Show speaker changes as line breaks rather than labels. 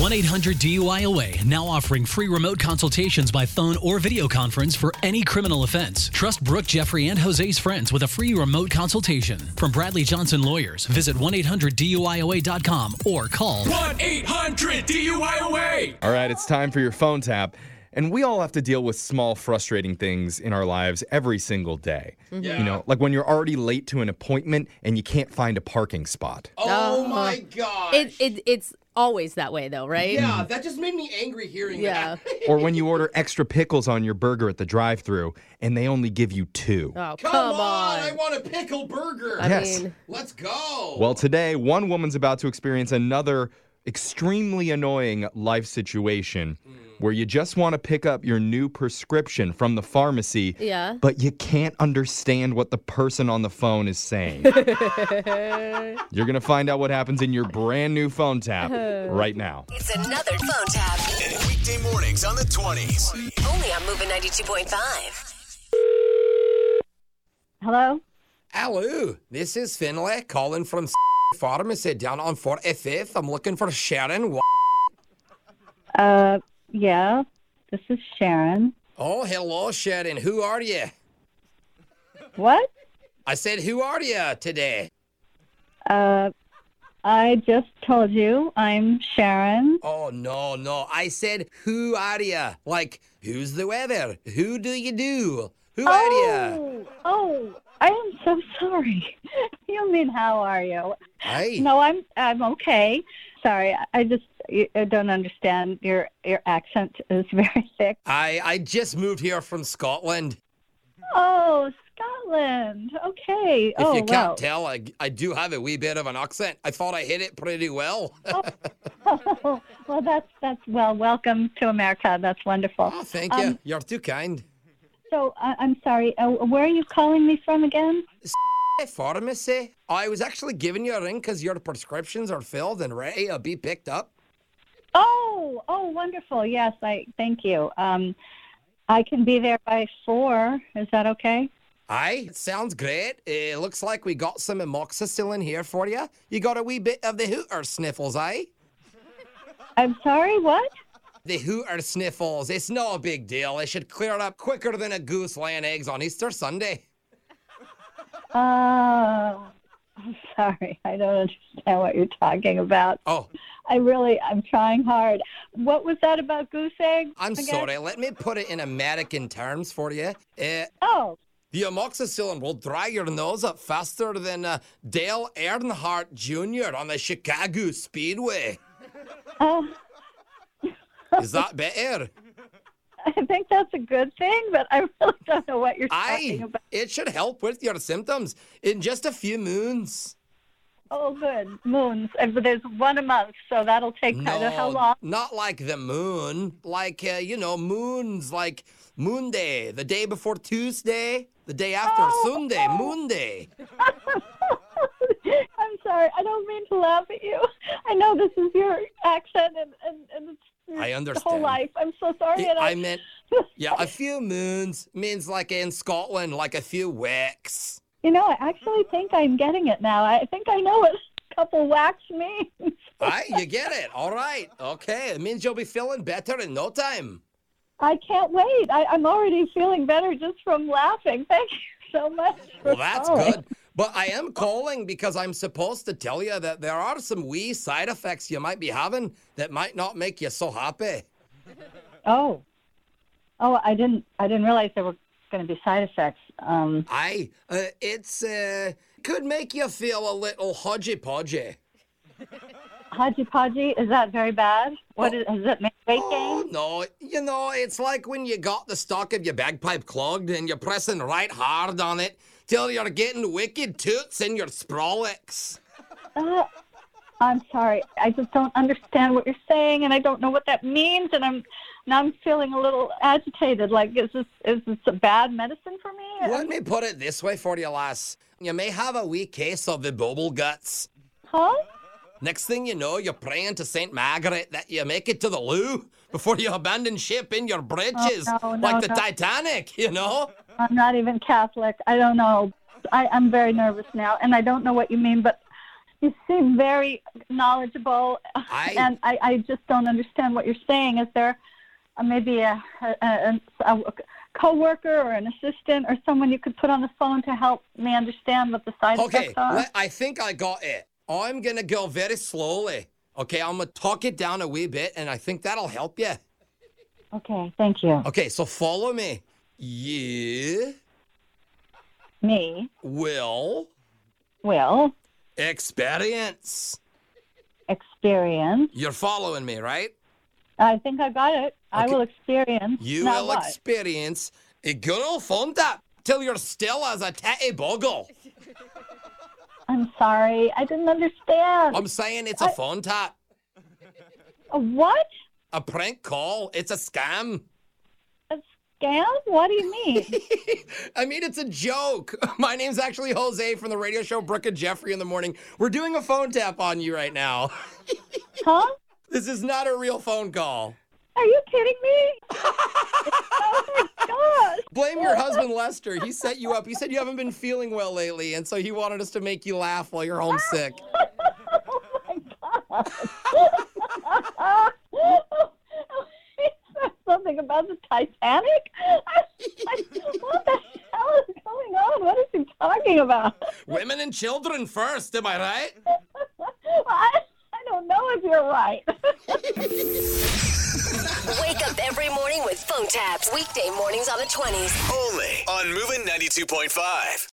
1 800 DUIOA now offering free remote consultations by phone or video conference for any criminal offense. Trust Brooke, Jeffrey, and Jose's friends with a free remote consultation. From Bradley Johnson Lawyers, visit 1 800 DUIOA.com or call
1 800 DUIOA.
All right, it's time for your phone tap. And we all have to deal with small, frustrating things in our lives every single day. You know, like when you're already late to an appointment and you can't find a parking spot.
Oh,
Oh,
my god.
It, it it's always that way though, right?
yeah, that just made me angry hearing
Yeah.
that.
Or when you order extra pickles on your burger at the drive through and they only give you two.
Oh,
Come, on. I want a pickle burger.
I
Yes.
mean,
Let's go.
Well, today, one woman's about to experience another extremely annoying life situation where you just want to pick up your new prescription from the pharmacy,
Yeah.
but you can't understand what the person on the phone is saying. You're going to find out what happens in your brand new phone tap right now.
It's another phone tap.
Weekday mornings on the 20s.
Only on Moving 92.5.
Hello?
Hello, this is Finlay calling from Pharmacy down on 45th. I'm looking for Sharon. Wa-
Uh, yeah, this is Sharon.
Oh, hello, Sharon. Who are you?
What?
I said, who are you today?
Uh, I just told you I'm Sharon.
Oh, no, no. I said, who are you? Like, who's the weather? Who do you do? Who are you?
Oh, oh, I am so sorry. you mean how are you?
Hey.
No, I'm I'm okay. Sorry, I- I just I don't understand your your accent is very thick.
I, I just moved here from Scotland.
Oh, Scotland. Okay.
If
oh,
you can't
wow.
tell, I, I do have a wee bit of an accent. I thought I hit it pretty well.
Oh, well, that's that's well. Welcome to America. That's wonderful.
oh, thank you.
Um,
You're too kind.
So I, I'm sorry. Uh, where are you calling me from again?
Hey, pharmacy. I was actually giving you a ring because your prescriptions are filled and ready to be picked up.
Oh, oh, wonderful. Yes, I thank you. Um, I can be there by four. Is that okay?
Aye, sounds great. It looks like we got some amoxicillin here for you. You got a wee bit of the hooter sniffles, aye?
I'm sorry. What?
The hooter sniffles. It's no big deal. It should clear it up quicker than a goose laying eggs on Easter Sunday.
Oh, I'm sorry. I don't understand what you're talking about.
Oh,
I really, I'm trying hard. What was that about goose eggs?
I'm
again?
sorry. Let me put it in American terms for you. Uh,
Oh,
the amoxicillin will dry your nose up faster than uh, Dale Earnhardt Jr. on the Chicago Speedway.
oh,
Is that better?
I think that's a good thing, but I really don't know what you're talking
Aye,
about.
it should help with your symptoms in just a few moons.
Oh, good moons. And There's one a month, so that'll take kind of how long?
Not like the moon, like uh, you know, moons like moon day, the day before Tuesday, the day after
Oh,
Sunday,
oh.
moon day.
I'm sorry. I don't mean to laugh at you. I know this is your accent and, and, and it's your
I
whole
understand.
life. I'm so sorry.
It-
and
I meant, yeah, a few moons means like in Scotland, like a few weeks.
you know, I actually think I'm getting it now. I think I know what a couple wax means.
Aye, you get it. All right, okay. It means you'll be feeling better in no time.
I can't wait. I, I'm already feeling better just from laughing. Thank you so much. for
Well, that's
calling.
good. But I am calling because I'm supposed to tell you that there are some wee side effects you might be having that might not make you so happy.
Oh, oh, I didn't. I didn't realize there were going to be side effects. Um,
Aye, uh, it's uh, could make you feel a little hodgy podgy.
Haji Podgy, is that very bad? What is, does it make weight gain?
Oh no, you know it's like when you got the stock of your bagpipe clogged and you're pressing right hard on it till you're getting wicked toots in your sprolics.
Uh, I'm sorry. I just don't understand what you're saying, and I don't know what that means. And I'm now I'm feeling a little agitated. Like, is this is this a bad medicine for me?
Let me put it this way for you, lass. You may have a wee case of the bubble guts.
Huh?
Next thing you know, you're praying to Saint Margaret that you make it to the loo before you abandon ship in your britches,
Oh, no,
like
no,
the
no.
Titanic. You know.
I'm not even Catholic. I don't know. I, I'm very nervous now, and I don't know what you mean. But you seem very knowledgeable,
I-
and I, I just don't understand what you're saying. Is there uh, maybe a, a, a, a coworker or an assistant or someone you could put on the phone to help me understand what the side
Okay,
effects are?
let- I think I got it. I'm gonna go very slowly. Okay, I'm gonna talk it down a wee bit, and I think that'll help you.
Okay, thank you.
Okay, so follow me. You
Me
will
will
experience.
experience.
You're following me, right?
I think I got it. I
Okay.
will experience.
You
now
will
what?
experience a girl phone tap till you're still as a tatty boggle.
I'm sorry, I didn't understand.
I'm saying it's a phone tap,
A
Um,
what?
a prank call, it's a scam.
A scam? What do you mean?
I mean, it's a joke. My name's actually Jose from the radio show Brooke and Jeffrey in the morning. We're doing a phone tap on you right now.
huh?
This is not a real phone call.
Are you kidding me? oh my gosh.
Blame your husband, Lester. He set you up. He said you haven't been feeling well lately, and so he wanted us to make you laugh while you're homesick.
Oh my god. He said Something about the Titanic? I was like, what the hell is going on? What is he talking about?
Women and children first, am I right?
I, I don't know if you're right.
Wake up every morning with phone taps. Weekday mornings on the 20s.
Only on Moving 92.5.